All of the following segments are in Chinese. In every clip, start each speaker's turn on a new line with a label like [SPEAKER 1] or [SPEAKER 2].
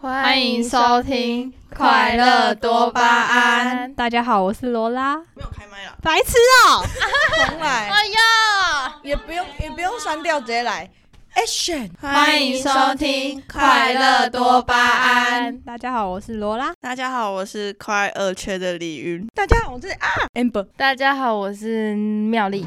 [SPEAKER 1] 欢迎收听《快乐多巴胺》。
[SPEAKER 2] 大家好，我是罗拉。
[SPEAKER 3] 没有开麦了，
[SPEAKER 4] 白痴哦、
[SPEAKER 3] 重来，
[SPEAKER 1] 哎呀，
[SPEAKER 3] 也不用也不用删掉，直接来 action。
[SPEAKER 1] 欢迎收听《快乐多巴胺》。
[SPEAKER 2] 大家好，我是罗拉。
[SPEAKER 3] 大家好，我是快二缺的李云。大家好，我是啊 Amber。
[SPEAKER 1] 大家好，我是妙丽。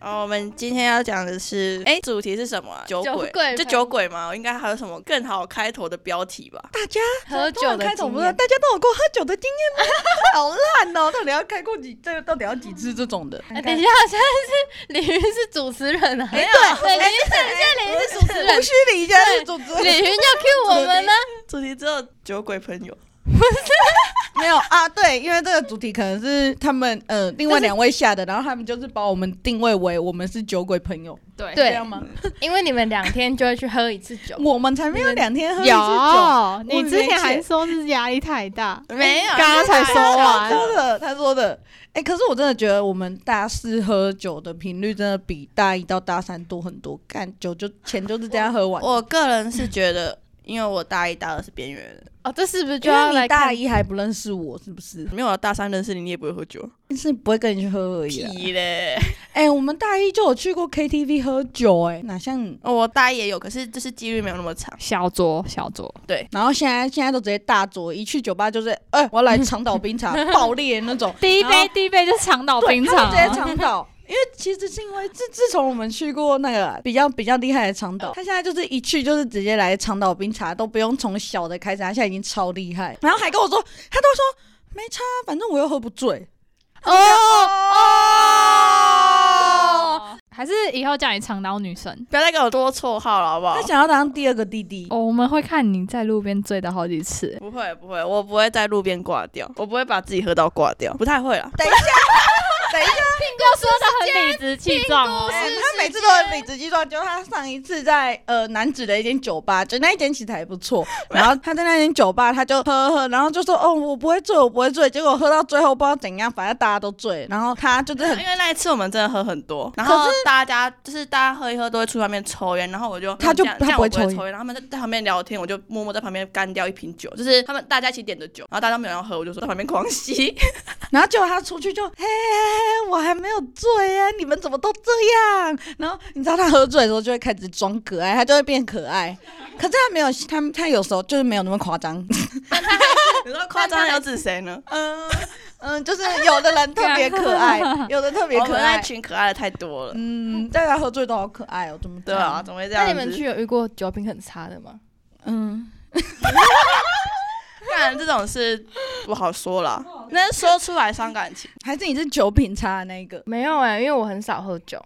[SPEAKER 3] 哦，我们今天要讲的是，哎，主题是什么、啊？酒
[SPEAKER 1] 酒
[SPEAKER 3] 鬼，
[SPEAKER 1] 鬼
[SPEAKER 3] 就酒鬼嘛，应该还有什么更好开头的标题吧？
[SPEAKER 4] 大家
[SPEAKER 1] 喝酒的
[SPEAKER 4] 开头
[SPEAKER 1] 经
[SPEAKER 4] 不是
[SPEAKER 1] 验，
[SPEAKER 4] 大家都有过喝酒的经 验吗？好烂哦、到底要开过几？这个到底要几支这种的？
[SPEAKER 1] 哎等一下，现在是李云是主持人啊？没有，对，李云是现在李云是主持
[SPEAKER 4] 无
[SPEAKER 1] 人，
[SPEAKER 4] 需理家是主持人
[SPEAKER 1] 李云要 cue 我们呢。
[SPEAKER 3] 主题只有酒鬼朋友，
[SPEAKER 4] 没有啊？对，因为这个主题可能是他们呃另外两位下的，然后他们就是把我们定位为我们是酒鬼朋友，
[SPEAKER 2] 对
[SPEAKER 4] 这
[SPEAKER 1] 对
[SPEAKER 4] 样，吗？
[SPEAKER 1] 因为你们两天就会去喝一次酒。
[SPEAKER 4] 我们才没有两天喝一支酒。
[SPEAKER 2] 有，
[SPEAKER 4] 我
[SPEAKER 2] 你
[SPEAKER 4] 没
[SPEAKER 2] 之前还
[SPEAKER 4] 钱
[SPEAKER 2] 说是压力太大，
[SPEAKER 3] 没有
[SPEAKER 2] 刚刚才说
[SPEAKER 4] 他
[SPEAKER 2] 完。
[SPEAKER 4] 说的，他说的，哎、可是我真的觉得我们大四喝酒的频率真的比大一到大三多很多，干酒就钱就是这样喝完。
[SPEAKER 3] 我个人是觉得，因为我大一、大二是边缘人，
[SPEAKER 1] 哦，这是不是就
[SPEAKER 4] 因
[SPEAKER 1] 要
[SPEAKER 4] 为你
[SPEAKER 1] 来
[SPEAKER 4] 大
[SPEAKER 1] 看？
[SPEAKER 4] 一还不认识我，是不是？
[SPEAKER 3] 没有啊大三认识你，你也不会喝酒。
[SPEAKER 4] 是不会跟你去喝而已啦。
[SPEAKER 3] 屁嘞！
[SPEAKER 4] 哎、我们大一就有去过 KTV 喝酒、哎，哪像你？
[SPEAKER 3] 哦，我大一也有，可是就是几率没有那么长。
[SPEAKER 2] 小酌，小酌，
[SPEAKER 4] 然后现在现在都直接大酌，一去酒吧就是，哎、我要来长岛冰茶，爆裂那种，
[SPEAKER 2] 第一
[SPEAKER 4] 然
[SPEAKER 2] 杯，
[SPEAKER 4] 后
[SPEAKER 2] 第一杯就长岛
[SPEAKER 4] 对
[SPEAKER 2] 冰
[SPEAKER 4] 他们
[SPEAKER 2] 场
[SPEAKER 4] 直。接长岛。因为其实是因为自自从我们去过那个比较比较厉害的长岛，他现在就是一去就是直接来长岛冰茶，都不用从小的开始，他现在已经超厉害。然后还跟我说，他都说没差，反正我又喝不醉。
[SPEAKER 1] 哦哦，
[SPEAKER 2] 还是以后叫你长岛女神。
[SPEAKER 3] 不要再给我多绰号了，好不好
[SPEAKER 4] 他？想要当第二个弟弟。
[SPEAKER 2] 哦，我们会看你在路边醉的好几次。
[SPEAKER 3] 不会不会，我不会在路边挂掉，我不会把自己喝到挂掉，不太会啦。
[SPEAKER 2] 说的很理直气壮哦。
[SPEAKER 4] 哎他每次都很理直气壮，就他上一次在呃南子的一间酒吧，就那一间其实还不 错。然后他在那间酒吧，他就喝喝，然后就说哦我不会醉，我不会醉。结果喝到最后不知道怎样，反正大家都醉，然后他就是很
[SPEAKER 3] 因为那一次我们真的喝很多，然后大家就是大家喝一喝都会出外面抽烟，然后我就嗯
[SPEAKER 4] 他就
[SPEAKER 3] 这样
[SPEAKER 4] 他
[SPEAKER 3] 这样
[SPEAKER 4] 不会
[SPEAKER 3] 我不会
[SPEAKER 4] 抽烟
[SPEAKER 3] 抽烟，然后他们在在旁边聊天，我就默默在旁边干掉一瓶酒，就是他们大家一起点的酒，然后大家都没有要喝，我就说在旁边狂吸，
[SPEAKER 4] 然后结果他出去就，嘿嘿嘿，我还没有醉啊，你们怎么都这样？然后你知道他喝醉的时候就会开始装可爱，他就会变可爱。 可是他没有，他他有时候就是没有那么夸张，
[SPEAKER 3] 你说夸张要指谁呢？
[SPEAKER 4] 嗯嗯，就是有的人特别可爱，有的特别
[SPEAKER 3] 我
[SPEAKER 4] 可
[SPEAKER 3] 们那
[SPEAKER 4] 爱
[SPEAKER 3] 一。群可爱的太多了，
[SPEAKER 4] 嗯，大家喝醉都好可爱哦，怎么这
[SPEAKER 3] 对
[SPEAKER 4] 样
[SPEAKER 3] 啊，？怎么会这
[SPEAKER 1] 那
[SPEAKER 3] 样
[SPEAKER 1] 你
[SPEAKER 3] 子？
[SPEAKER 1] 们去有遇过酒品很差的吗？
[SPEAKER 4] 嗯，
[SPEAKER 3] 干这种事不好说啦，那说出来伤感情。
[SPEAKER 4] 还是你是酒品差的那一个？
[SPEAKER 1] 没有哎，因为我很少喝酒。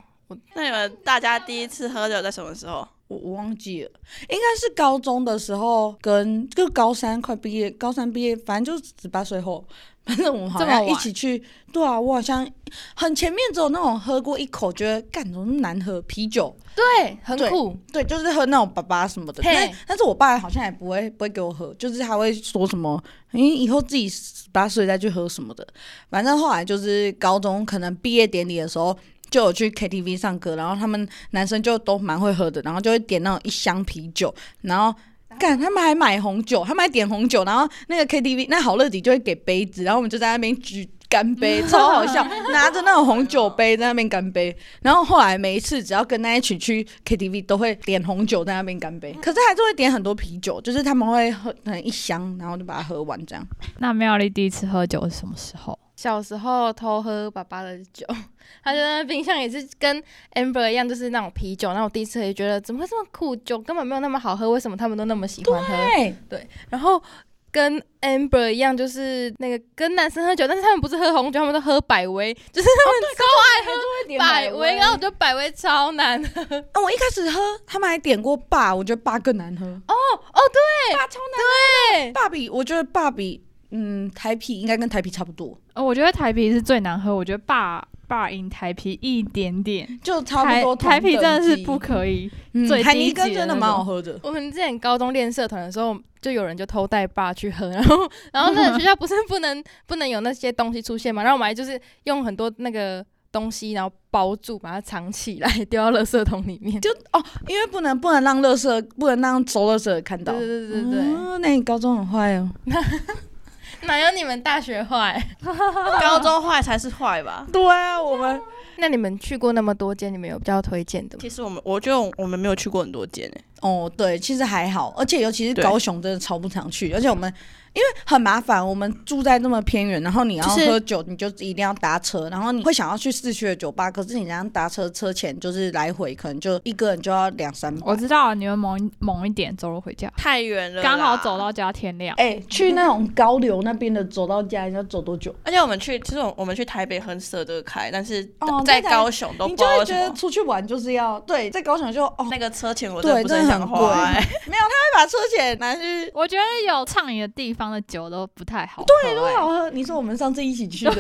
[SPEAKER 3] 那你们大家第一次喝酒在什么时候？
[SPEAKER 4] 我我忘记了，应该是高中的时候跟就高三快毕业，高三毕业，反正就是十八岁后，反正我们好
[SPEAKER 2] 这么
[SPEAKER 4] 像
[SPEAKER 2] 晚
[SPEAKER 4] 一起去。对啊，我好像很前面只有那种喝过一口，觉得干怎么那么难喝啤酒，
[SPEAKER 1] 对，很
[SPEAKER 4] 对
[SPEAKER 1] 苦。
[SPEAKER 4] 对，就是喝那种爸爸什么的。
[SPEAKER 1] 嘿
[SPEAKER 4] 但但是我爸好像也不会不会给我喝，就是他会说什么，你以后自己十八岁再去喝什么的。反正后来就是高中可能毕业典礼的时候。就有去 KTV 上课，然后他们男生就都蛮会喝的，然后就会点那种一箱啤酒，然后干他们还买红酒，他们还点红酒，然后那个 KTV 那好乐迪就会给杯子，然后我们就在那边举干杯，超好笑，拿着那种红酒杯在那边干杯。然后后来每一次只要跟那一群去 KTV 都会点红酒在那边干
[SPEAKER 2] 嗯
[SPEAKER 4] 杯，可是还是会点很多啤酒，就是他们会喝可能一箱，然后就把它喝完这样。
[SPEAKER 2] 那妙丽第一次喝酒是什么时候？
[SPEAKER 1] 小时候偷喝爸爸的酒， 他就在那冰箱也是跟 Amber 一样，就是那种啤酒。然后我第一次也觉得怎么会这么苦，酒根本没有那么好喝，为什么他们都那么喜欢喝？
[SPEAKER 2] 哎
[SPEAKER 4] 对，
[SPEAKER 1] 然后跟 Amber 一样，就是那个跟男生喝酒，但是他们不是喝红酒，他们都喝百威，就是
[SPEAKER 4] 哦会点
[SPEAKER 1] 百威。然
[SPEAKER 2] 哦
[SPEAKER 1] 后我觉得百威超难哦喝，
[SPEAKER 4] 啊，我一开始喝，他们还点过爸，我觉得爸更难喝。哦
[SPEAKER 1] 哦
[SPEAKER 4] 对，爸超难
[SPEAKER 1] 对
[SPEAKER 4] 喝，爸比我觉得爸比嗯台啤应该跟台啤差不多。
[SPEAKER 2] 哦，我觉得台啤是最难喝，我觉得霸 bar 赢台啤一点点，
[SPEAKER 4] 就差不
[SPEAKER 2] 台
[SPEAKER 4] 多同
[SPEAKER 2] 台啤真的是
[SPEAKER 4] 等级
[SPEAKER 2] 不可以。
[SPEAKER 4] 嗯
[SPEAKER 2] 最低
[SPEAKER 4] 海尼根
[SPEAKER 2] 级的
[SPEAKER 4] 真的
[SPEAKER 2] 那
[SPEAKER 4] 蛮好
[SPEAKER 2] 种
[SPEAKER 4] 喝的，
[SPEAKER 1] 我们之前高中练社团的时候，就有人就偷带爸去喝， 然后然后那个学校不是不能不能有那些东西出现嘛，然后我们还就是用很多那个东西，然后包住把它藏起来，丢到垃圾桶里面。
[SPEAKER 4] 就哦，因为不能不能让乐色，不能让走乐色看到
[SPEAKER 1] 对。对对对对，
[SPEAKER 4] 哦那你高中很坏哦。
[SPEAKER 1] 哪有你们大学坏？
[SPEAKER 3] 高中坏才是坏吧？
[SPEAKER 4] 对啊，我们
[SPEAKER 1] 那你们去过那么多间，你们有比较推荐的吗？
[SPEAKER 3] 其实我们，我觉得我们没有去过很多间欸诶、
[SPEAKER 4] 哦，对，其实还好，而且尤其是
[SPEAKER 3] 对
[SPEAKER 4] 高雄，真的超不常去，而且我们因为很麻烦，我们住在那么偏远，然后你要
[SPEAKER 3] 就是
[SPEAKER 4] 喝酒，你就一定要搭车，然后你会想要去市区的酒吧，可是你这样搭车，车钱就是来回可能就一个人就要两三百
[SPEAKER 2] 我。知道了你们猛一猛一点走路回家，
[SPEAKER 3] 太远了，
[SPEAKER 2] 刚好走。到家天亮。
[SPEAKER 4] 哎、去那种高流那边的走到家，你要走多久？
[SPEAKER 3] 而且我们去，其实我我们去台北很舍得开，但是
[SPEAKER 4] 哦在
[SPEAKER 3] 在
[SPEAKER 4] 台
[SPEAKER 3] 高雄都不
[SPEAKER 4] 你
[SPEAKER 3] 知
[SPEAKER 4] 就
[SPEAKER 3] 道
[SPEAKER 4] 会
[SPEAKER 3] 为
[SPEAKER 4] 觉
[SPEAKER 3] 什
[SPEAKER 4] 得
[SPEAKER 3] 么。
[SPEAKER 4] 出去玩就是要对，在高雄就哦，
[SPEAKER 3] 那个车钱我真
[SPEAKER 4] 对
[SPEAKER 3] 的不是
[SPEAKER 4] 真的
[SPEAKER 3] 想
[SPEAKER 4] 很
[SPEAKER 3] 花、
[SPEAKER 4] 贵
[SPEAKER 3] 欸，
[SPEAKER 4] 把车钱拿去。
[SPEAKER 2] 我觉得有畅饮的地方的酒都不太好。对，
[SPEAKER 4] 多好喝！你说我们上次一起去 的，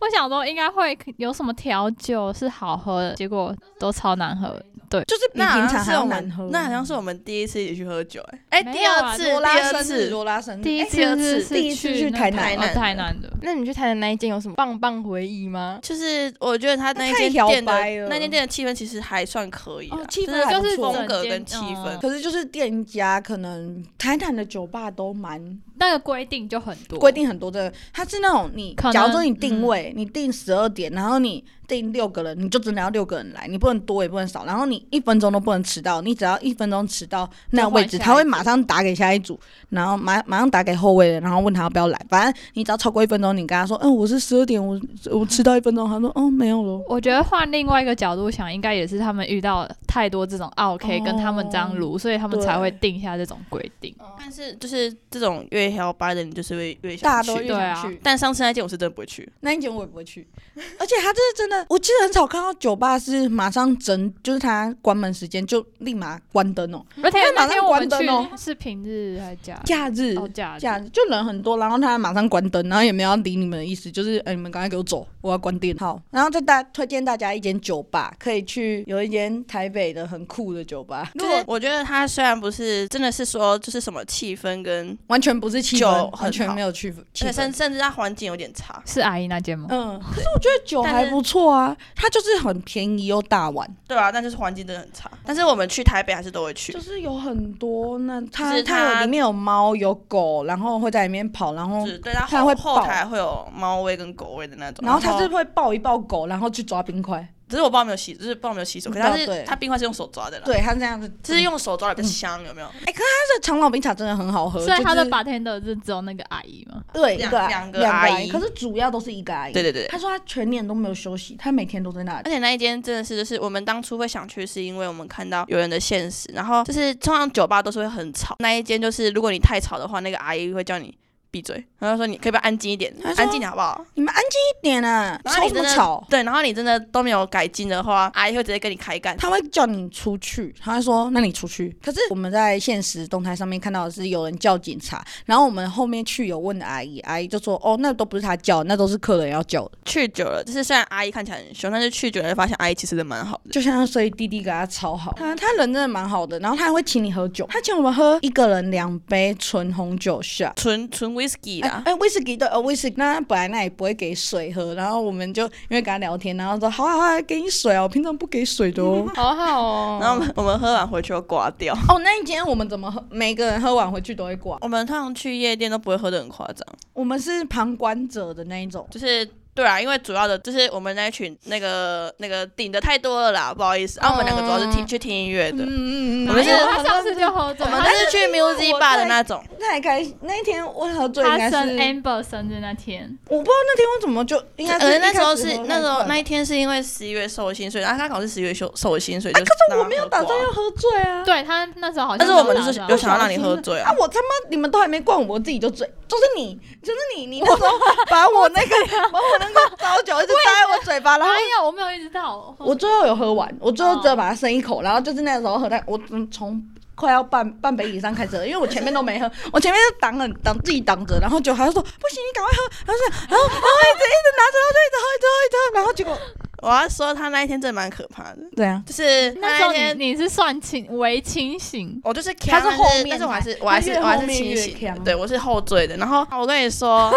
[SPEAKER 2] 我想说应该会有什么调酒是好喝的，结果都超难喝。
[SPEAKER 4] 就是比
[SPEAKER 3] 那好
[SPEAKER 4] 平
[SPEAKER 3] 像
[SPEAKER 4] 常
[SPEAKER 3] 是
[SPEAKER 4] 还要
[SPEAKER 3] 我
[SPEAKER 4] 难
[SPEAKER 3] 们
[SPEAKER 4] 喝。
[SPEAKER 3] 那好像是我们第一次一起去喝酒、欸，哎、
[SPEAKER 2] 没有
[SPEAKER 3] 第二
[SPEAKER 2] 啊
[SPEAKER 3] 次，
[SPEAKER 4] 罗
[SPEAKER 3] 第
[SPEAKER 4] 拉
[SPEAKER 3] 二
[SPEAKER 4] 生日，
[SPEAKER 3] 次，
[SPEAKER 4] 罗拉生日，
[SPEAKER 2] 第一
[SPEAKER 4] 哎
[SPEAKER 2] 次
[SPEAKER 3] 第二
[SPEAKER 2] 是
[SPEAKER 3] 次
[SPEAKER 2] 是
[SPEAKER 4] 第一次去
[SPEAKER 2] 那
[SPEAKER 4] 台
[SPEAKER 2] 个
[SPEAKER 4] 南
[SPEAKER 2] 哦
[SPEAKER 3] 台南
[SPEAKER 2] 台南的，
[SPEAKER 1] 那你们去台南那一间有什么棒棒回忆吗？
[SPEAKER 3] 就是我觉得他
[SPEAKER 4] 太
[SPEAKER 3] 那间
[SPEAKER 4] 摇
[SPEAKER 3] 店的
[SPEAKER 4] 摆了
[SPEAKER 3] 那间店的气氛其实还算可以啦，
[SPEAKER 4] 哦气
[SPEAKER 3] 就
[SPEAKER 4] 氛
[SPEAKER 3] 是
[SPEAKER 4] 还不
[SPEAKER 2] 就是
[SPEAKER 4] 错
[SPEAKER 3] 风格跟气
[SPEAKER 2] 整间
[SPEAKER 3] 氛
[SPEAKER 2] 嗯
[SPEAKER 4] 可是就是店家可能台南的酒吧都蛮
[SPEAKER 2] 那个规定就很多
[SPEAKER 4] 规。定很多的，它是那种你
[SPEAKER 2] 可能嗯
[SPEAKER 4] 假如说你定位，你定十二点，然后你定六个人，你就只能要六个人来，你不能多也不能少，然后你一分钟都不能迟到，你只要一分钟迟到那位置，
[SPEAKER 2] 就换下一组
[SPEAKER 4] 他会马上打给下一组，然后马马上打给后位的，然后问他要不要来，反正你只要超过一分钟，你跟他说，嗯，我是十二点，我我迟到一分钟，他说，哦，没有咯。
[SPEAKER 2] 我觉得换另外一个角度想，应该也是他们遇到太多这种 OK
[SPEAKER 4] 哦
[SPEAKER 2] 跟他们这样撸，所以他们
[SPEAKER 4] 对
[SPEAKER 2] 才会定下这种规定。
[SPEAKER 3] 但是就是这种越摇摆的，你就是会越
[SPEAKER 4] 大
[SPEAKER 3] 想
[SPEAKER 4] 家都越
[SPEAKER 3] 去。
[SPEAKER 2] 对
[SPEAKER 4] 想
[SPEAKER 2] 啊
[SPEAKER 4] 去，
[SPEAKER 3] 但上次那间我是真的不会去，
[SPEAKER 4] 那一间我也不会去，而且他这是真的，我记得很少看到酒吧是马上整，就是他关门时间就立马关灯哦。
[SPEAKER 2] 而且
[SPEAKER 4] 马
[SPEAKER 2] 那
[SPEAKER 4] 上
[SPEAKER 2] 天我们
[SPEAKER 4] 关
[SPEAKER 2] 去
[SPEAKER 4] 灯
[SPEAKER 2] 是平日还是假日？
[SPEAKER 4] 假日，
[SPEAKER 2] 哦，假
[SPEAKER 4] 假
[SPEAKER 2] 日。
[SPEAKER 4] 日就人很多，然后他马上关灯，然后也没有要理你们的意思，就是哎、你们赶快给我走，我要关店。好，然后再大推荐大家一间酒吧，可以去有一间台北的很酷的酒吧，
[SPEAKER 3] 就
[SPEAKER 4] 如
[SPEAKER 3] 是
[SPEAKER 4] 果
[SPEAKER 3] 我觉得它虽然不是真的是说就是什么气氛跟，
[SPEAKER 4] 完全不是气
[SPEAKER 3] 酒
[SPEAKER 4] 氛，
[SPEAKER 3] 很
[SPEAKER 4] 完全
[SPEAKER 3] 好
[SPEAKER 4] 没有气氛，气
[SPEAKER 3] 而且甚
[SPEAKER 4] 氛。
[SPEAKER 3] 甚至它环境有点差。
[SPEAKER 2] 是阿姨那间吗？
[SPEAKER 4] 嗯，可是我觉得酒
[SPEAKER 3] 但
[SPEAKER 4] 还
[SPEAKER 3] 是
[SPEAKER 4] 不错啊，它就是很便宜又大碗。
[SPEAKER 3] 对啊，但就是环境真的很差。但是我们去台北还是都会去
[SPEAKER 4] 就，是有很多那
[SPEAKER 3] 就
[SPEAKER 4] 它
[SPEAKER 3] 是它
[SPEAKER 4] 它有里面有猫有狗，然后会在里面跑，然后
[SPEAKER 3] 就是对它
[SPEAKER 4] 它
[SPEAKER 3] 后
[SPEAKER 4] 会
[SPEAKER 3] 后
[SPEAKER 4] 爆
[SPEAKER 3] 台会有猫味跟狗味的那种。
[SPEAKER 4] 然后它是，会抱一抱狗，然后去抓冰块。
[SPEAKER 3] 只是我不知道有没有洗，就是不知道有没有洗手，可是
[SPEAKER 4] 哦
[SPEAKER 3] 它是
[SPEAKER 4] 对
[SPEAKER 3] 它冰块是用手抓的啦，，
[SPEAKER 4] 对，嗯它是这样子。
[SPEAKER 3] 就是用手抓的比较香，有没有？
[SPEAKER 4] 它的长岛冰茶真的很好喝，
[SPEAKER 2] 所以他
[SPEAKER 4] 呃就
[SPEAKER 2] 的
[SPEAKER 4] 是
[SPEAKER 2] bartender 是只有那个阿姨吗？
[SPEAKER 4] 对一
[SPEAKER 3] 两
[SPEAKER 4] 个
[SPEAKER 3] 两个
[SPEAKER 4] 两
[SPEAKER 3] 阿
[SPEAKER 4] 个
[SPEAKER 3] 姨
[SPEAKER 4] 可是主要都是一个阿姨。
[SPEAKER 3] 对对对。
[SPEAKER 4] 他说他全年都没有休息，他每天都在那里。
[SPEAKER 3] 而且那一间真的是，就是我们当初会想去，是因为我们看到有人的现实，然后就是通常酒吧都是会很吵，那一间就是如果你太吵的话，那个阿姨会叫你闭嘴，然后说你可以不要安静一点
[SPEAKER 4] 她，说
[SPEAKER 3] 安静点好不好？
[SPEAKER 4] 你们安静一点啊，
[SPEAKER 3] 然后
[SPEAKER 4] 吵
[SPEAKER 3] 你
[SPEAKER 4] 什
[SPEAKER 3] 真
[SPEAKER 4] 么
[SPEAKER 3] 的
[SPEAKER 4] 吵？
[SPEAKER 3] 对，然后你真的都没有改进的话，阿姨会直接跟你开干。
[SPEAKER 4] 他会叫你出去，他会说：“那你出去。”可是我们在现实动态上面看到的是有人叫警察，然后我们后面去有问阿姨，阿姨就说：“哦，那都不是他叫，那都是客人要叫的。
[SPEAKER 3] 去久了，就是虽然阿姨看起来很凶，但是去久了就发现阿姨其实人蛮好”的。
[SPEAKER 4] 就像所以弟弟给他超好，他他人真的蛮好的，然后他还会请你喝酒，他请我们喝一个人两杯纯红酒下。
[SPEAKER 3] 纯纯 whisky
[SPEAKER 4] 哎
[SPEAKER 3] 啦，
[SPEAKER 4] 哎，威士忌对，呃，威士忌。那他本来那也不会给水喝，然后我们就因为跟他聊天，然后说好啊好啊，给你水哦，平常不给水的 哦。
[SPEAKER 1] 好好哦。
[SPEAKER 3] 然后我们我们喝完回去又挂掉。
[SPEAKER 4] 哦，那一间我们怎么喝？每个人喝完回去都会挂。
[SPEAKER 3] 我们通常去夜店都不会喝的很夸张，
[SPEAKER 4] 我们是旁观者的那一种，
[SPEAKER 3] 就是对啊，因为主要的就是我们那一群那个那个顶的太多了啦，不好意思。啊，我们两个主要是听去听音乐的，
[SPEAKER 4] 哦嗯嗯嗯
[SPEAKER 3] 我们是
[SPEAKER 2] 哎他上次就喝醉，
[SPEAKER 3] 我们
[SPEAKER 2] 他
[SPEAKER 3] 就是去 music bar 的那种，
[SPEAKER 4] 太开心。那一天我喝醉应
[SPEAKER 2] 他
[SPEAKER 4] 该是，
[SPEAKER 2] 生
[SPEAKER 3] 哎
[SPEAKER 2] Amber 生日那天，
[SPEAKER 4] 我不知道那天我怎么就应该是
[SPEAKER 3] 呃
[SPEAKER 4] 一开
[SPEAKER 3] 那
[SPEAKER 4] 始
[SPEAKER 3] 时候
[SPEAKER 4] 喝
[SPEAKER 3] 是
[SPEAKER 4] 太
[SPEAKER 3] 那时候
[SPEAKER 4] 快
[SPEAKER 3] 那
[SPEAKER 4] 了
[SPEAKER 3] 一天是因为十一月寿星，所以啊他刚好是十一月寿寿星，所以就
[SPEAKER 4] 啊
[SPEAKER 3] 可
[SPEAKER 4] 哎但我没有打算要，喝醉啊。
[SPEAKER 2] 对他那时候好像
[SPEAKER 3] 但是我们就是
[SPEAKER 2] 有
[SPEAKER 3] 有想要让你喝醉啊
[SPEAKER 4] 啊！。我他妈你们都还没灌我，我自己就醉，就是你，就是你，你那时候 把我那个把我那个糟酒一直塞在我嘴巴，然后
[SPEAKER 2] 没有，哎我没有意识到。
[SPEAKER 4] 我最后有喝完，我最后
[SPEAKER 2] 哦
[SPEAKER 4] 只有把它剩一口，然后就是那时候喝到我嗯从快要半半杯以上开始喝，因为我前面都没喝，我前面就挡了挡自己挡着，然后就还说不行，你赶快喝，然后是然后然后一直一直拿着，然后就一直喝一直喝一直喝，然后结果
[SPEAKER 3] 我要说他那一天真的蛮可怕的，
[SPEAKER 4] 对啊，
[SPEAKER 3] 就是他
[SPEAKER 2] 那时候
[SPEAKER 3] 天
[SPEAKER 2] 哎你你是算清微清醒，
[SPEAKER 3] 我就是
[SPEAKER 4] 他
[SPEAKER 3] 呛，
[SPEAKER 4] 是
[SPEAKER 3] 但
[SPEAKER 4] 后面
[SPEAKER 3] 但是我还是我
[SPEAKER 4] 他
[SPEAKER 3] 还是
[SPEAKER 4] 越
[SPEAKER 3] 我还
[SPEAKER 4] 后
[SPEAKER 3] 是
[SPEAKER 4] 面
[SPEAKER 3] 清
[SPEAKER 4] 越
[SPEAKER 3] 醒，
[SPEAKER 4] 呛
[SPEAKER 3] 对我是后缀的。然后我跟你说，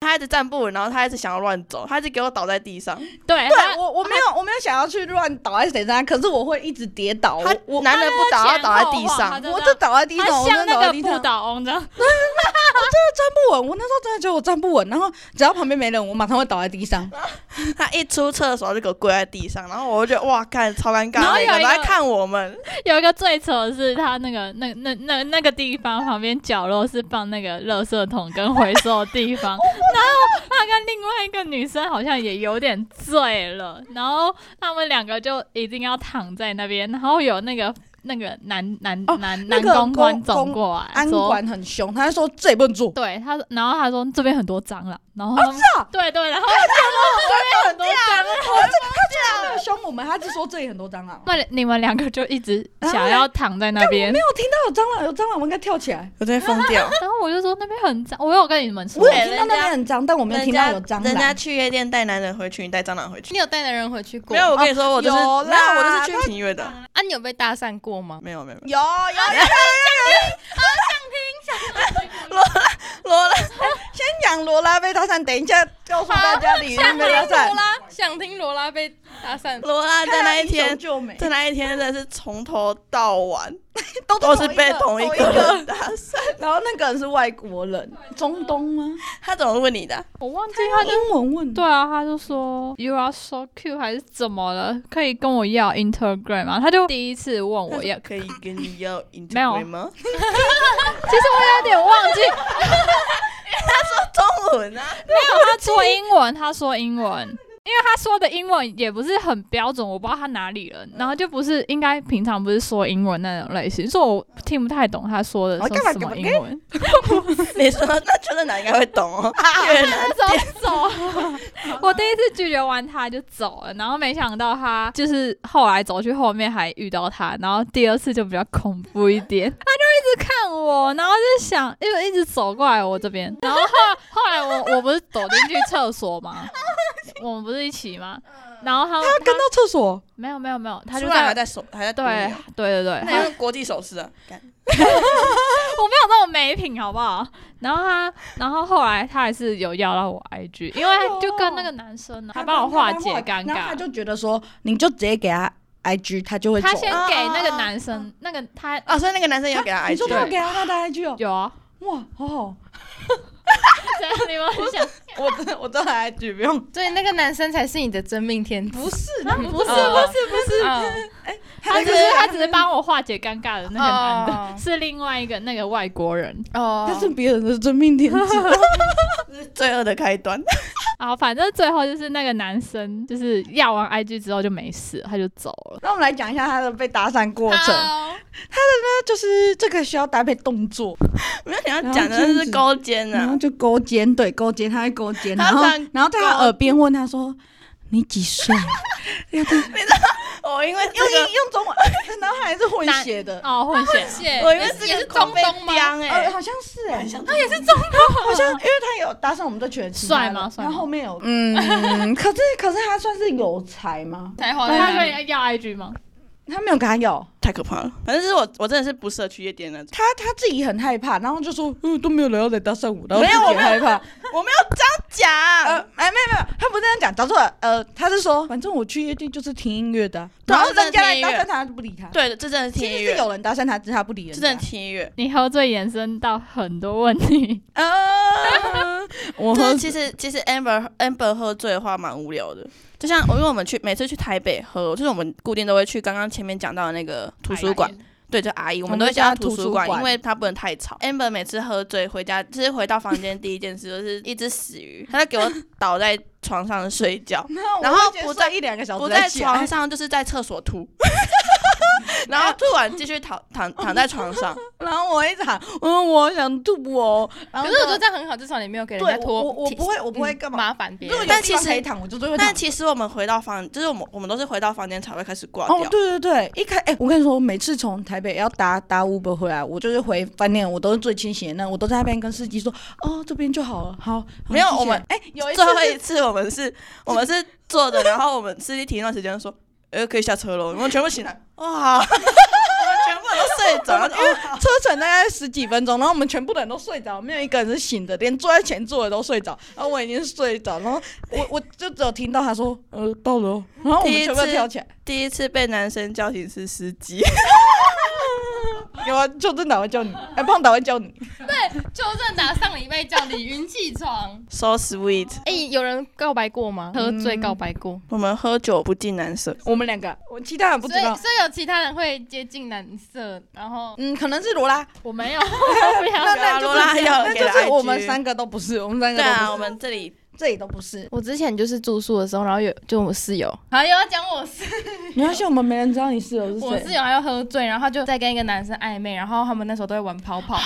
[SPEAKER 3] 他一直站不稳，然后他一直想要乱走，他一直给我倒在地上，
[SPEAKER 2] 对
[SPEAKER 4] 对
[SPEAKER 2] 他
[SPEAKER 4] 我我没有我没有想要去乱倒在谁身上，可是我会一直跌倒，
[SPEAKER 3] 他
[SPEAKER 4] 我我
[SPEAKER 3] 男人不倒要倒在地
[SPEAKER 2] 他
[SPEAKER 3] 上，
[SPEAKER 2] 就
[SPEAKER 4] 我就倒在地上，
[SPEAKER 2] 他
[SPEAKER 4] 我真
[SPEAKER 2] 像
[SPEAKER 4] 的倒
[SPEAKER 2] 那
[SPEAKER 4] 在
[SPEAKER 2] 个
[SPEAKER 4] 地
[SPEAKER 2] 不
[SPEAKER 4] 上。
[SPEAKER 2] 倒翁这样，
[SPEAKER 4] 不稳，我那时候真的觉得我站不稳，然后只要旁边没人，我马上会倒在地上。
[SPEAKER 3] 他一出厕所就给我跪在地上，然后我就觉得哇，看超尴尬，
[SPEAKER 2] 然后
[SPEAKER 3] 每个
[SPEAKER 2] 有一
[SPEAKER 3] 人都在
[SPEAKER 2] 个
[SPEAKER 3] 看我们，
[SPEAKER 2] 有一个最扯的是，他那个那那那那个地方旁边角落是放那个垃圾桶跟回收的地 方，然后他跟另外一个女生好像也有点醉了，然后他们两个就一定要躺在那边，然后有那个那个男男
[SPEAKER 4] 哦
[SPEAKER 2] 男
[SPEAKER 4] 那
[SPEAKER 2] 男
[SPEAKER 4] 个
[SPEAKER 2] 公关
[SPEAKER 4] 公
[SPEAKER 2] 走
[SPEAKER 4] 公
[SPEAKER 2] 过来
[SPEAKER 4] 安
[SPEAKER 2] 说。
[SPEAKER 4] 管很凶，他就说这也不能做。
[SPEAKER 2] 对，他说，然后他说这边很多蟑螂，然后他
[SPEAKER 4] 哦
[SPEAKER 2] 们、
[SPEAKER 4] 啊
[SPEAKER 2] 对对，然后他说这边很多蟑螂，
[SPEAKER 4] 他没有凶我们，他只说这里很多蟑螂。
[SPEAKER 2] 那你你们 两个就一直
[SPEAKER 4] 然后
[SPEAKER 2] 想
[SPEAKER 4] 嘞
[SPEAKER 2] 要躺在那边
[SPEAKER 4] 啊没，有听到有蟑螂，有蟑螂我应该跳起来。
[SPEAKER 3] 我真的疯 掉。
[SPEAKER 2] 然后我就说那边很脏，我有跟你们说
[SPEAKER 4] 我，
[SPEAKER 3] 对
[SPEAKER 4] 有听到那边很脏，但我没有
[SPEAKER 3] 人
[SPEAKER 4] 听到
[SPEAKER 3] 家
[SPEAKER 4] 有蟑
[SPEAKER 3] 人家
[SPEAKER 4] 螂。
[SPEAKER 3] 去夜店带男人回去，你带蟑螂回去。
[SPEAKER 1] 你有带男人回去过哦
[SPEAKER 3] 没有，我跟你说，我就是没
[SPEAKER 4] 有啦
[SPEAKER 3] 有，我就是去平乐的。
[SPEAKER 1] 啊？你有被搭讪过吗？
[SPEAKER 3] 没有没有，没
[SPEAKER 4] 有有，
[SPEAKER 3] 有罗拉罗拉，
[SPEAKER 4] 先讲罗拉被搭讪，等一下告诉大家李云被搭讪。
[SPEAKER 1] 拉，想听罗拉被搭讪。
[SPEAKER 3] 罗拉在那一天，
[SPEAKER 4] 就没，
[SPEAKER 3] 在那一天真的是从头到晚
[SPEAKER 4] 都
[SPEAKER 3] 都是被同
[SPEAKER 4] 同
[SPEAKER 3] 一
[SPEAKER 4] 一
[SPEAKER 3] 个
[SPEAKER 4] 个。
[SPEAKER 3] 人打死。
[SPEAKER 4] 然后那个人是外国人，中东吗？
[SPEAKER 3] 他怎么问你的？
[SPEAKER 2] 我忘记
[SPEAKER 4] 他用英文问。
[SPEAKER 2] 对啊，他就说 You are so cute 还是怎么了？可以跟我要 Instagram 吗？他就第一次问我要，
[SPEAKER 3] 可以跟你要 i
[SPEAKER 2] 没有
[SPEAKER 3] n 吗？
[SPEAKER 2] 其实我有点忘记，
[SPEAKER 3] 中文啊，
[SPEAKER 2] 没有他说英文，他说英文。因为他说的英文也不是很标准，我不知道他哪里人，然后就不是应该平常不是说英文那种类型，所以我听不太懂他说的
[SPEAKER 4] 我
[SPEAKER 2] 是
[SPEAKER 4] 干嘛
[SPEAKER 2] 什
[SPEAKER 4] 干嘛
[SPEAKER 2] 么英文。
[SPEAKER 3] 你说那邱正南应该会懂 哦，越南
[SPEAKER 2] 那时候 走，我第一次拒绝完他就走了，然后没想到他就是后来走去后面还遇到他，然后第二次就比较恐怖一点， 他就一直看我，然后就想，因为一直走过来我这边， 然后后后来我我不是走进去厕所 吗？我们不是一起吗？然嗯后他
[SPEAKER 4] 他跟到厕所，
[SPEAKER 2] 没有没有没有，他
[SPEAKER 3] 他
[SPEAKER 2] 就
[SPEAKER 3] 出来还
[SPEAKER 2] 在
[SPEAKER 3] 在手还在
[SPEAKER 2] 对
[SPEAKER 3] 读你哦
[SPEAKER 2] 对对对，他
[SPEAKER 3] 那是国际手势啊，干
[SPEAKER 2] 我没有那么没品，好不好？然后他，然后后来他还是有要到我 IG，因为就跟那个男生、啊，他帮我化解尴
[SPEAKER 4] 然后哦他
[SPEAKER 2] 尬。
[SPEAKER 4] 就觉得说，你就直接给他 IG，他就会走
[SPEAKER 2] 他
[SPEAKER 4] 了。
[SPEAKER 2] 先给那个男生，那个他
[SPEAKER 3] 哦，所以那个男生有给他
[SPEAKER 4] 你说
[SPEAKER 3] IG，
[SPEAKER 4] 他要
[SPEAKER 3] 啊
[SPEAKER 4] 给他他的 IG 哦？
[SPEAKER 2] 有啊，
[SPEAKER 4] 哇，好好，
[SPEAKER 2] 这样你们 想
[SPEAKER 4] 我真的我真的 IG 不用。
[SPEAKER 1] 所以那个男生才是你的真命天子。
[SPEAKER 4] 不是，
[SPEAKER 2] 啊？不是
[SPEAKER 1] 哦
[SPEAKER 2] 不是不是，
[SPEAKER 1] 哦
[SPEAKER 2] 嗯他只 是他只是帮我化解尴尬的那个男
[SPEAKER 1] 哦
[SPEAKER 2] 的，是另外一个那个外国人。
[SPEAKER 1] 哦，
[SPEAKER 4] 他是别人的真命 天子。
[SPEAKER 3] 是罪恶的开 端。
[SPEAKER 2] 好，反正最后就是那个男生就是要完 IG 之后就没事，他就走了。
[SPEAKER 4] 那我们来讲一下他的被搭讪过程，那
[SPEAKER 1] 好
[SPEAKER 4] 就是这个需要搭配动作，
[SPEAKER 3] 没有想要讲的是勾肩
[SPEAKER 4] 然后
[SPEAKER 3] 啊，
[SPEAKER 4] 就勾肩，对，勾肩，他会勾肩，
[SPEAKER 3] 他
[SPEAKER 4] 然后
[SPEAKER 3] 想
[SPEAKER 4] 然后在他
[SPEAKER 3] 勾
[SPEAKER 4] 耳边问他说：“你几岁
[SPEAKER 3] 我哦因为这
[SPEAKER 4] 用
[SPEAKER 3] 个
[SPEAKER 4] 英用中文，然后他还是混血的，
[SPEAKER 2] 哦，混血，
[SPEAKER 1] 谢
[SPEAKER 3] 我以为这
[SPEAKER 1] 也
[SPEAKER 3] 个
[SPEAKER 1] 是中东
[SPEAKER 3] 东
[SPEAKER 1] 吗？
[SPEAKER 4] 呃，
[SPEAKER 3] 哎，
[SPEAKER 4] 好像是哎，
[SPEAKER 3] 他也是
[SPEAKER 4] 好像因为他有搭上我们这群人其他
[SPEAKER 2] 帅
[SPEAKER 4] 人，
[SPEAKER 2] 吗帅
[SPEAKER 4] 他
[SPEAKER 2] 吗
[SPEAKER 4] 后面有， 嗯，可是可是他算是有才吗？
[SPEAKER 1] 才华
[SPEAKER 2] 他可
[SPEAKER 1] 大
[SPEAKER 2] 以要 IG 吗？
[SPEAKER 4] 他没有跟他要，
[SPEAKER 3] 太可怕了。反正是我，我真的是不适合去夜店那种。
[SPEAKER 4] 他他自己很害怕，然后就说，嗯，都没有人要来搭讪我，然后
[SPEAKER 3] 没有
[SPEAKER 4] 自己
[SPEAKER 3] 我
[SPEAKER 4] 也
[SPEAKER 3] 没有
[SPEAKER 4] 害 怕，
[SPEAKER 3] 我没有这
[SPEAKER 4] 呃
[SPEAKER 3] 样，
[SPEAKER 4] 哎，没有没有，他不是这样讲，找错了。呃，他是说，反正我去夜店就是听音乐的啊，
[SPEAKER 3] 对
[SPEAKER 4] 然后
[SPEAKER 3] 他真的
[SPEAKER 4] 人家来
[SPEAKER 3] 听
[SPEAKER 4] 搭
[SPEAKER 3] 音乐
[SPEAKER 4] 讪他，他就不理他。
[SPEAKER 3] 讲，，对的，这真的是啊
[SPEAKER 4] 其
[SPEAKER 3] 听音
[SPEAKER 4] 实是
[SPEAKER 3] 乐，
[SPEAKER 4] 有人搭讪他，只是他不理
[SPEAKER 3] 这
[SPEAKER 4] 人
[SPEAKER 3] 真的
[SPEAKER 4] 家。
[SPEAKER 3] 听音乐。
[SPEAKER 2] 你喝醉延伸到很多问题。
[SPEAKER 3] 啊
[SPEAKER 4] 呃，我
[SPEAKER 3] 就
[SPEAKER 4] 喝
[SPEAKER 3] 是其实其实 Amber Amber 喝醉的话蛮无聊的，就像我因为我们去每次去台北喝，就是我们固定都会去刚刚前面讲到的那个图书馆，对，就阿姨，我们都会叫她图书馆
[SPEAKER 4] 我，们都叫她图书馆，
[SPEAKER 3] 因为她不能太吵。Amber 每次喝醉回家，就是回到房间第一件事就是一只死 鱼，她就给我倒在床上睡觉
[SPEAKER 4] 然
[SPEAKER 3] 然后不在
[SPEAKER 4] 一两个小
[SPEAKER 3] 不
[SPEAKER 4] 时
[SPEAKER 3] 在
[SPEAKER 4] 再起来
[SPEAKER 3] 床，上就是在厕所吐， 然后吐完继续躺躺躺在床上，
[SPEAKER 4] 然后我一喊，嗯，我想吐哦。然
[SPEAKER 1] 可
[SPEAKER 4] 后
[SPEAKER 1] 是我觉得这样很好，至少你没有给人
[SPEAKER 4] 对
[SPEAKER 1] 家
[SPEAKER 4] 我
[SPEAKER 1] 拖。
[SPEAKER 4] 我我
[SPEAKER 1] 提
[SPEAKER 4] 不会我不会
[SPEAKER 1] 嗯
[SPEAKER 4] 干嘛
[SPEAKER 1] 麻烦别
[SPEAKER 4] 如果
[SPEAKER 1] 人
[SPEAKER 4] 有
[SPEAKER 3] 但
[SPEAKER 4] 地方
[SPEAKER 3] 其
[SPEAKER 4] 可
[SPEAKER 3] 实
[SPEAKER 4] 以躺，我就最会躺
[SPEAKER 3] 但。其 实我们回到房，就是我们我们都是回到房间才会开始挂掉。
[SPEAKER 4] 哦，对对对，一开哎、我跟你说，我每次从台北要搭搭 Uber 回来，我就是回饭店，我都是最清醒的那，我都在那边跟司机说，哦，这边就好了，好。好
[SPEAKER 3] 没有
[SPEAKER 4] 谢谢
[SPEAKER 3] 我们
[SPEAKER 4] 哎、有一次
[SPEAKER 3] 最后
[SPEAKER 4] 是
[SPEAKER 3] 一次我们是， 我们是坐着，然后我们司机停一段时间说，呃，可以下车了，我们全部醒来，哇，我们全部人都睡着 了，因 为
[SPEAKER 4] 车程大概十几分钟，然后我们全部的人都睡着，没有一个人是醒的，连坐在前座的都睡着，然后我已经睡着，然后我我就只有听到他说，呃，到了哦，然后我们
[SPEAKER 3] 第一
[SPEAKER 4] 全部
[SPEAKER 3] 次
[SPEAKER 4] 跳起来，
[SPEAKER 3] 第一次被男生叫醒是司机，
[SPEAKER 4] 有啊，就正导会叫你，哎、胖导会叫你，
[SPEAKER 1] 邱正达上礼拜叫李云起床。
[SPEAKER 3] ，so sweet。
[SPEAKER 1] 哎、有人告白过吗？嗯喝醉告白过，
[SPEAKER 3] 我们喝酒不近男色，
[SPEAKER 4] 我们两个，我其他人不知
[SPEAKER 1] 所以
[SPEAKER 4] 道，
[SPEAKER 1] 所以有其他人会接近男色，然后
[SPEAKER 4] 嗯，可能是罗拉，
[SPEAKER 2] 我没有， 不要
[SPEAKER 4] 那那
[SPEAKER 3] 啊
[SPEAKER 4] 就
[SPEAKER 3] 罗拉
[SPEAKER 4] 是
[SPEAKER 3] 要
[SPEAKER 4] 那
[SPEAKER 3] 给
[SPEAKER 4] 就
[SPEAKER 3] 了
[SPEAKER 4] 是我们
[SPEAKER 3] IG
[SPEAKER 4] 三个都不是，我们三个
[SPEAKER 3] 对
[SPEAKER 4] 都不是，
[SPEAKER 3] 啊，我们这里
[SPEAKER 4] 这里都不是。
[SPEAKER 1] 我之前就是住宿的时候，然后有就我室友，好有要讲我室
[SPEAKER 4] 没关系，我们没人知道你室友是
[SPEAKER 1] 我室友他要喝醉，然后他就在跟一个男生暧昧，然后他们那时候都会玩跑跑，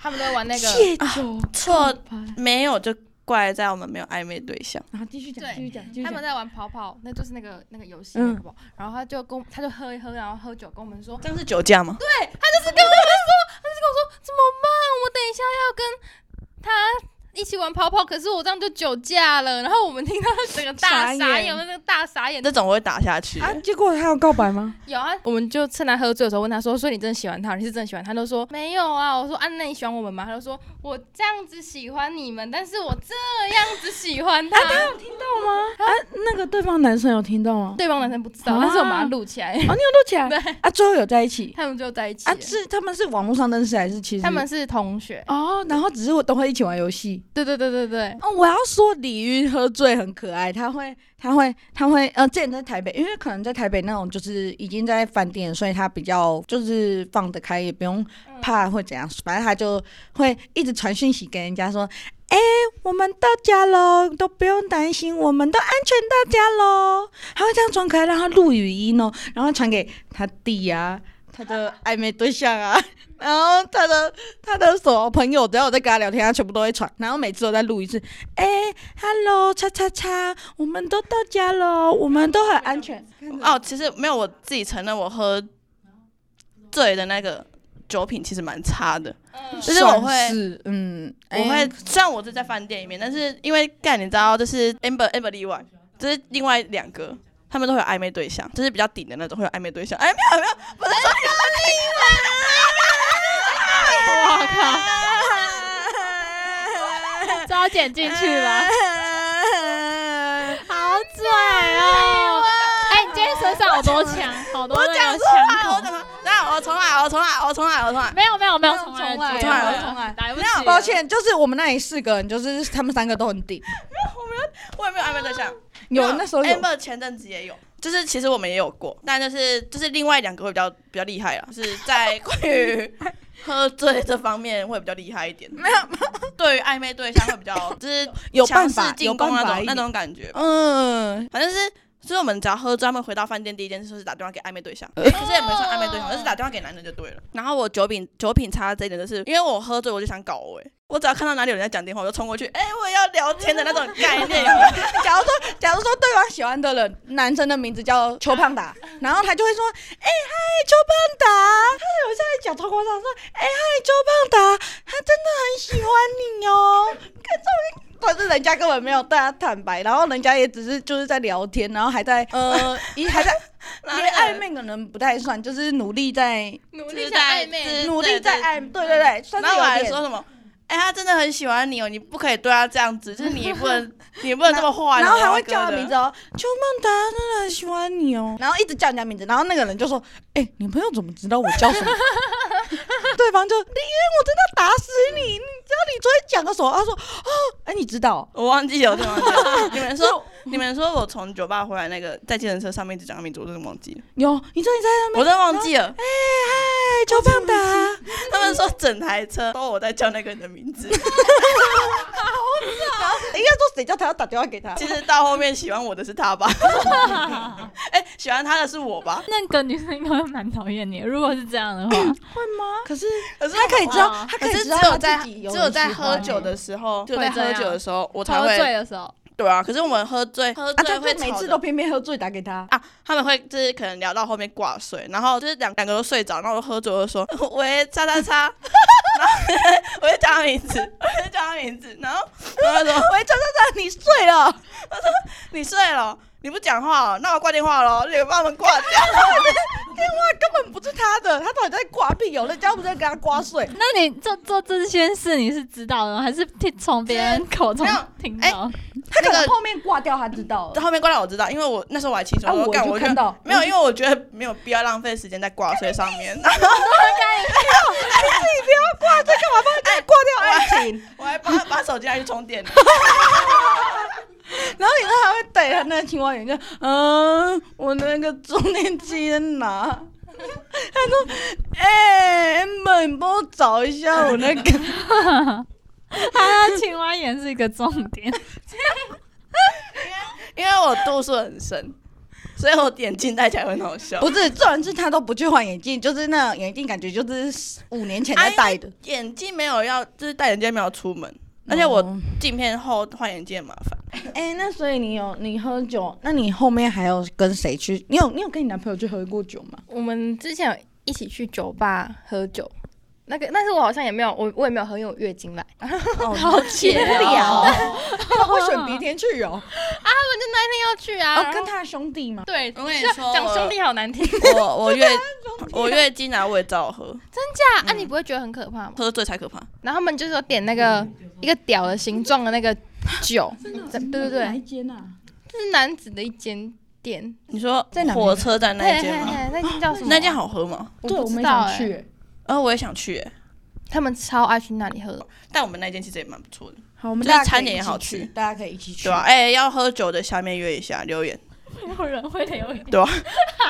[SPEAKER 1] 他们都会玩那个。
[SPEAKER 2] 酒
[SPEAKER 3] 错没有就怪在我们没有暧昧对象。
[SPEAKER 4] 然后继续讲，
[SPEAKER 1] 对
[SPEAKER 4] 继续讲，继续
[SPEAKER 1] 他们
[SPEAKER 4] 讲。
[SPEAKER 1] 在玩跑跑，那就是那个那个游戏
[SPEAKER 4] 嗯
[SPEAKER 1] 跑跑，然后他就跟我他就喝一喝，然后喝酒跟我们说，
[SPEAKER 3] 这样是酒驾吗？
[SPEAKER 1] 就是跟我们说，他就跟我说怎么办？我等一下要跟他一起玩跑跑，可是我这样就酒驾了。然后我们听到整个大
[SPEAKER 4] 傻
[SPEAKER 1] 傻
[SPEAKER 4] 眼
[SPEAKER 1] 眼，那个大傻眼
[SPEAKER 3] 这种我会打下去。欸
[SPEAKER 4] 啊，结果他要告白吗？
[SPEAKER 1] 有啊，我们就趁他喝醉的时候问他说：“所以你真的喜欢他？你是真的喜欢他？”他就说：“没有啊。”我说：“啊，那你喜欢我们吗？”他就说：“我这样子喜欢你们，但是我这样子喜啊欢他。
[SPEAKER 4] 那个对方男生有听到吗？
[SPEAKER 1] 对方男生不知道，
[SPEAKER 4] 啊
[SPEAKER 1] 但是我把他录起 来，
[SPEAKER 4] 哦，你有录起来。
[SPEAKER 1] 对
[SPEAKER 4] 啊，最后有在一起
[SPEAKER 1] 他们就在一起了
[SPEAKER 4] 啊？是他们是网络上认识还是其实？
[SPEAKER 1] 他们是同学，
[SPEAKER 4] 哦，然后只是我都会一起玩游戏。
[SPEAKER 1] 对对对对对，
[SPEAKER 4] 哦，我要说李云喝醉很可爱，他会，他会，他会，呃，之前在台北，因为可能在台北那种就是已经在饭店，所以他比较就是放得开，也不用怕会怎样，反正他就会一直传讯息给人家说。哎、我们到家喽，都不用担心，我们都安全到家喽。他会这样装可爱，让他录语音哦，然后传给他弟啊，他的暧昧对象啊，然后他的他的所有朋友，只要我在跟他聊天，他全部都会传，然后每次都在录一次。哎、h e l l o 叉叉叉，我们都到家喽，我们都很安全。
[SPEAKER 3] 哦，其实没有，我自己承认我喝醉的那个酒品其实蛮差的。就是我会
[SPEAKER 4] 算是，嗯，
[SPEAKER 3] 我
[SPEAKER 4] 哎
[SPEAKER 3] 会虽然我是在饭店里面，但是因为干你知道，就是 Amber Amber 例外，就是另外两个。他们都会有暧昧对象，就是比较顶的那种，会有暧昧对象。哎，没有没有，不是说
[SPEAKER 2] 我 靠，这要剪进去吗？好嘴哦！哎，你今天身上好多枪，好多
[SPEAKER 3] 我
[SPEAKER 2] 那
[SPEAKER 3] 讲
[SPEAKER 2] 个
[SPEAKER 3] 错了，我
[SPEAKER 2] 枪
[SPEAKER 3] 怎
[SPEAKER 2] 口。
[SPEAKER 3] 么？那我重来，我重来，我重来，我重来。
[SPEAKER 2] 没有没有没有，
[SPEAKER 4] 重
[SPEAKER 2] 重
[SPEAKER 4] 来
[SPEAKER 2] 来
[SPEAKER 4] 重
[SPEAKER 3] 来
[SPEAKER 2] 重
[SPEAKER 4] 重来
[SPEAKER 2] 来不及
[SPEAKER 3] 没有
[SPEAKER 2] 了，
[SPEAKER 4] 抱歉，就是我们那里四个人，就是他们三个都很顶。
[SPEAKER 3] 我也没有暧昧对象。
[SPEAKER 4] 有那时候有，
[SPEAKER 3] Amber 前阵子也有，就是其实我们也有过，但就是就是另外两个会比较比较厉害啦，就是在关于喝醉这方面会比较厉害一点。没有，对于暧昧对象会 比较就是
[SPEAKER 4] 有
[SPEAKER 3] 强
[SPEAKER 4] 办
[SPEAKER 3] 势
[SPEAKER 4] 法有
[SPEAKER 3] 进攻
[SPEAKER 4] 办
[SPEAKER 3] 那
[SPEAKER 4] 法
[SPEAKER 3] 种
[SPEAKER 4] 一
[SPEAKER 3] 那
[SPEAKER 4] 点
[SPEAKER 3] 种感觉。
[SPEAKER 4] 嗯，
[SPEAKER 3] 反正是，所以我们只要喝醉，他们回到饭店第一件事就是打电话给暧昧对象，
[SPEAKER 4] 哦
[SPEAKER 3] 其实也没算暧昧对象，就是打电话给男人就对了。然后我酒品酒品差这一点，就是因为我喝醉我就想搞我、欸，我只要看到哪里有人在讲电话，我就冲过去，哎、我也要聊天的那种概念。有没有
[SPEAKER 4] 假如说，假如说对方喜欢的人，男生的名字叫邱胖 达，然后他就会说：“哎、嗨，邱胖达。”他有在讲头夸上说：“哎、嗨，邱胖达，他真的很喜欢你哦。” 看这种，可是人家根本没有对他坦白，然后人家也只是就是在聊天，然后还在呃， 一还在
[SPEAKER 3] 哪里
[SPEAKER 4] 恋暧昧可能不太算，就是努力在
[SPEAKER 1] 努
[SPEAKER 3] 就是
[SPEAKER 1] 力想
[SPEAKER 3] 在
[SPEAKER 1] 暧
[SPEAKER 3] 就是
[SPEAKER 1] 昧，
[SPEAKER 4] 努力在暧，对对对，算是
[SPEAKER 3] 然后我还
[SPEAKER 4] 有
[SPEAKER 3] 说
[SPEAKER 4] 点。
[SPEAKER 3] 什么？哎、他真的很喜欢你哦，你不可以对他这样子，就是你不 能，你不能这么啊坏。
[SPEAKER 4] 然后还会
[SPEAKER 3] 你知
[SPEAKER 4] 叫
[SPEAKER 3] 道吗
[SPEAKER 4] 他名字，哦，邱梦达真的很喜欢你哦，然后一直叫人家名字，然后那个人就说：“哎、你朋友怎么知道我叫什么？”对方就：“因为我真的打死你，你知道你昨天讲个什么？”他说：“哦，哎、你知道
[SPEAKER 3] 我忘记有什么。你们说你们说我从酒吧回来那个在计程车上面一直讲他名字，我真的忘记了，
[SPEAKER 4] 有，你知道你在 哎
[SPEAKER 3] 我真的忘记了。
[SPEAKER 4] 嗨，超棒的啊，
[SPEAKER 3] 他们说整台车都我在叫那个人的名 字。
[SPEAKER 4] 应该说谁叫他要打电话给他？
[SPEAKER 3] 其实到后面喜欢我的是他吧？ 哎、喜欢他的是我吧？
[SPEAKER 2] 那个女生应该会蛮讨厌你的，如果是这样的话，
[SPEAKER 4] 可是
[SPEAKER 3] 可是
[SPEAKER 4] 他可以知道，
[SPEAKER 2] 哇
[SPEAKER 4] 他
[SPEAKER 3] 可
[SPEAKER 4] 以
[SPEAKER 3] 是
[SPEAKER 4] 知
[SPEAKER 3] 只
[SPEAKER 4] 道他
[SPEAKER 3] 有在
[SPEAKER 4] 自己有
[SPEAKER 3] 只有在
[SPEAKER 4] 人喜
[SPEAKER 3] 喝
[SPEAKER 4] 欢欸
[SPEAKER 3] 酒的时候，只有
[SPEAKER 2] 会
[SPEAKER 3] 在
[SPEAKER 2] 这
[SPEAKER 3] 喝酒
[SPEAKER 2] 样
[SPEAKER 3] 的时候，我才
[SPEAKER 2] 喝醉
[SPEAKER 3] 会
[SPEAKER 2] 的时候，
[SPEAKER 3] 对啊。可是我们喝醉喝
[SPEAKER 4] 啊，
[SPEAKER 3] 醉
[SPEAKER 4] 他
[SPEAKER 3] 会
[SPEAKER 4] 就每
[SPEAKER 3] 吵
[SPEAKER 4] 次
[SPEAKER 3] 得
[SPEAKER 4] 都偏偏喝醉打给 他。
[SPEAKER 3] 啊，他们会就是可能聊到后面挂睡，然后就是两两个都睡着，然后我喝酒就说 喂叉叉叉， 然后 我就叫他名字，我就叫他名字，然后然后他说
[SPEAKER 4] 喂，张张张，你睡了？
[SPEAKER 3] 你睡了，你不讲话、哦，那我挂电话喽，你把他们挂掉。
[SPEAKER 4] 根本不是他的，他到底在刮屁油？人家不是在跟他刮水？
[SPEAKER 2] 那你做做这些事你是知道的吗？还是听从别人口中
[SPEAKER 3] 没有
[SPEAKER 2] 听到？
[SPEAKER 4] 他可
[SPEAKER 3] 那
[SPEAKER 4] 能
[SPEAKER 3] 个
[SPEAKER 4] 后面挂掉，他知 道了。
[SPEAKER 3] 后面挂掉我知道，因为我那时候我还清楚，
[SPEAKER 4] 啊，
[SPEAKER 3] 我说
[SPEAKER 4] 我
[SPEAKER 3] 干
[SPEAKER 4] 就
[SPEAKER 3] 我就
[SPEAKER 4] 看到
[SPEAKER 3] 没有，因为我觉得没有必要浪费时间在挂睡上面。 然后
[SPEAKER 4] 挂掉爱情，
[SPEAKER 3] 我还把把手机拿去充电呢。
[SPEAKER 4] 然后你知道他会逮他那个青蛙眼镜，嗯， 我那个充电器在哪？他说：“哎、m b e r 你帮我找一下我那个。
[SPEAKER 2] 他青蛙眼是一个重点，
[SPEAKER 3] 因为我度数很深，所以我点近戴起来会很好笑”。
[SPEAKER 4] 不是，重点是他都不去换眼镜，就是那种眼镜感觉就是五年前在戴的。
[SPEAKER 3] 眼镜没有要，就是戴眼镜没有出门，
[SPEAKER 4] 哦
[SPEAKER 3] 而且我镜片后换眼镜很麻烦。
[SPEAKER 4] 嗯哎、那所以你有你喝酒，那你后面还有跟谁去？你有你有跟你男朋友去喝过酒吗？
[SPEAKER 1] 我们之前有一起去酒吧喝酒，那个，但是我好像也没有，我我也没有很有月经来。 啊
[SPEAKER 4] 哦，
[SPEAKER 2] 好解
[SPEAKER 4] 无 聊
[SPEAKER 2] 哦。
[SPEAKER 4] 哦，他会选鼻天去哦。
[SPEAKER 1] 那要去啊，
[SPEAKER 4] 哦，
[SPEAKER 1] 然后
[SPEAKER 4] 跟他的兄弟吗？
[SPEAKER 1] 对，
[SPEAKER 3] 我跟你
[SPEAKER 1] 就
[SPEAKER 3] 说
[SPEAKER 1] 讲
[SPEAKER 3] 我
[SPEAKER 1] 兄弟好难 听
[SPEAKER 3] 我我月我月经来我也照喝，
[SPEAKER 1] 啊！
[SPEAKER 3] 嗯
[SPEAKER 1] 啊，你不会觉得很可怕吗？
[SPEAKER 3] 喝醉才可怕。
[SPEAKER 1] 然后他们就是有点那个
[SPEAKER 3] 嗯
[SPEAKER 1] 一个屌的形状的那个酒，对对
[SPEAKER 4] 哪
[SPEAKER 1] 对，
[SPEAKER 4] 一间啊？
[SPEAKER 1] 这是男子的一间店，
[SPEAKER 3] 你说
[SPEAKER 4] 在哪边
[SPEAKER 3] 火车站那一间
[SPEAKER 1] 嘿嘿
[SPEAKER 3] 吗？
[SPEAKER 1] 嘿那间叫什么啊？
[SPEAKER 3] 那间好喝吗？
[SPEAKER 1] 我
[SPEAKER 4] 对，
[SPEAKER 1] 不
[SPEAKER 4] 我
[SPEAKER 1] 知
[SPEAKER 4] 们
[SPEAKER 1] 道
[SPEAKER 4] 想
[SPEAKER 1] 哎，
[SPEAKER 4] 去欸。
[SPEAKER 3] 呃，我也想去、欸，
[SPEAKER 1] 他们超爱去那里喝的。
[SPEAKER 3] 但我们那间其实也蛮不错的，
[SPEAKER 4] 好，我们
[SPEAKER 3] 就是
[SPEAKER 4] 大家可以
[SPEAKER 3] 餐点也
[SPEAKER 4] 一起
[SPEAKER 3] 好
[SPEAKER 4] 去
[SPEAKER 3] 吃，
[SPEAKER 4] 大家可以一起去。
[SPEAKER 3] 对吧、啊？哎、要喝酒的下面约一下留言。
[SPEAKER 2] 没有人会留言。
[SPEAKER 4] 有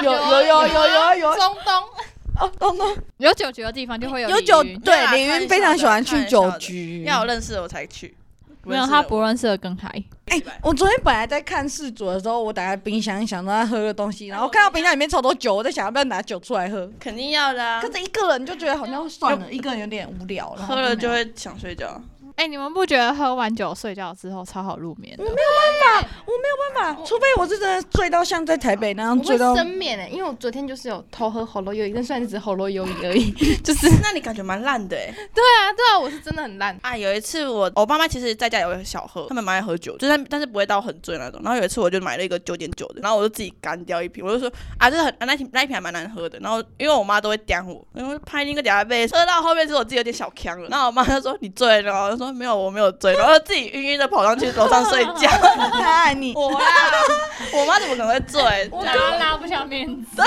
[SPEAKER 4] 有有有有有
[SPEAKER 1] 中东，
[SPEAKER 4] 哦，东东
[SPEAKER 2] 有酒局的地方就会
[SPEAKER 4] 有
[SPEAKER 2] 有
[SPEAKER 4] 酒
[SPEAKER 2] 鲤鱼，
[SPEAKER 3] 对
[SPEAKER 4] 对，
[SPEAKER 3] 啊
[SPEAKER 4] 李
[SPEAKER 3] 开玩
[SPEAKER 4] 云
[SPEAKER 3] 笑
[SPEAKER 4] 非常喜欢
[SPEAKER 3] 的开
[SPEAKER 4] 去
[SPEAKER 3] 玩
[SPEAKER 4] 酒
[SPEAKER 3] 笑的
[SPEAKER 4] 局。
[SPEAKER 3] 要有认识的我才去，
[SPEAKER 2] 没有他不
[SPEAKER 3] 认
[SPEAKER 2] 认识的更嗨。
[SPEAKER 4] 哎
[SPEAKER 3] 识的我。，
[SPEAKER 4] 我昨天本来在看世足的时候，我打开冰箱想到他喝的东西，然后看到冰箱里面超多酒，我在想要不要拿酒出来喝。
[SPEAKER 3] 肯定要的、啊
[SPEAKER 4] 可，是一个人就觉得好像算了，一个人有点无聊了，
[SPEAKER 3] 喝了就会想睡觉。
[SPEAKER 2] 哎、你们不觉得喝完酒睡觉之后超好入眠的？
[SPEAKER 4] 没办法，除非我是真的醉到像在台北那样
[SPEAKER 1] 我会
[SPEAKER 4] 醉到。
[SPEAKER 1] 生面哎，因为我昨天就是有偷喝喉咙优饮，但虽然只是喉咙优饮而已。
[SPEAKER 3] 就是，那你感觉蛮烂的哎、
[SPEAKER 1] 对啊，对啊，我是真的很烂。
[SPEAKER 3] 啊，有一次我我爸妈其实在家也会小喝，他们蛮爱喝酒，就是但是不会到很醉那种。然后有一次我就买了一个九点九的，然后我就自己干掉一瓶，我就说啊，这个很、啊、那一瓶那一瓶还蛮难喝的。然后因为我妈都会刁我，然后拍那个嗲背，喝到后面是我自己有点小呛了。然后我妈就说你醉了哦，我就说没有我没有醉，然后自己晕晕的跑上去楼上睡觉。
[SPEAKER 4] 他爱你，
[SPEAKER 3] 我啦，我妈怎么可能会醉？
[SPEAKER 2] 我刚刚拉不下面子，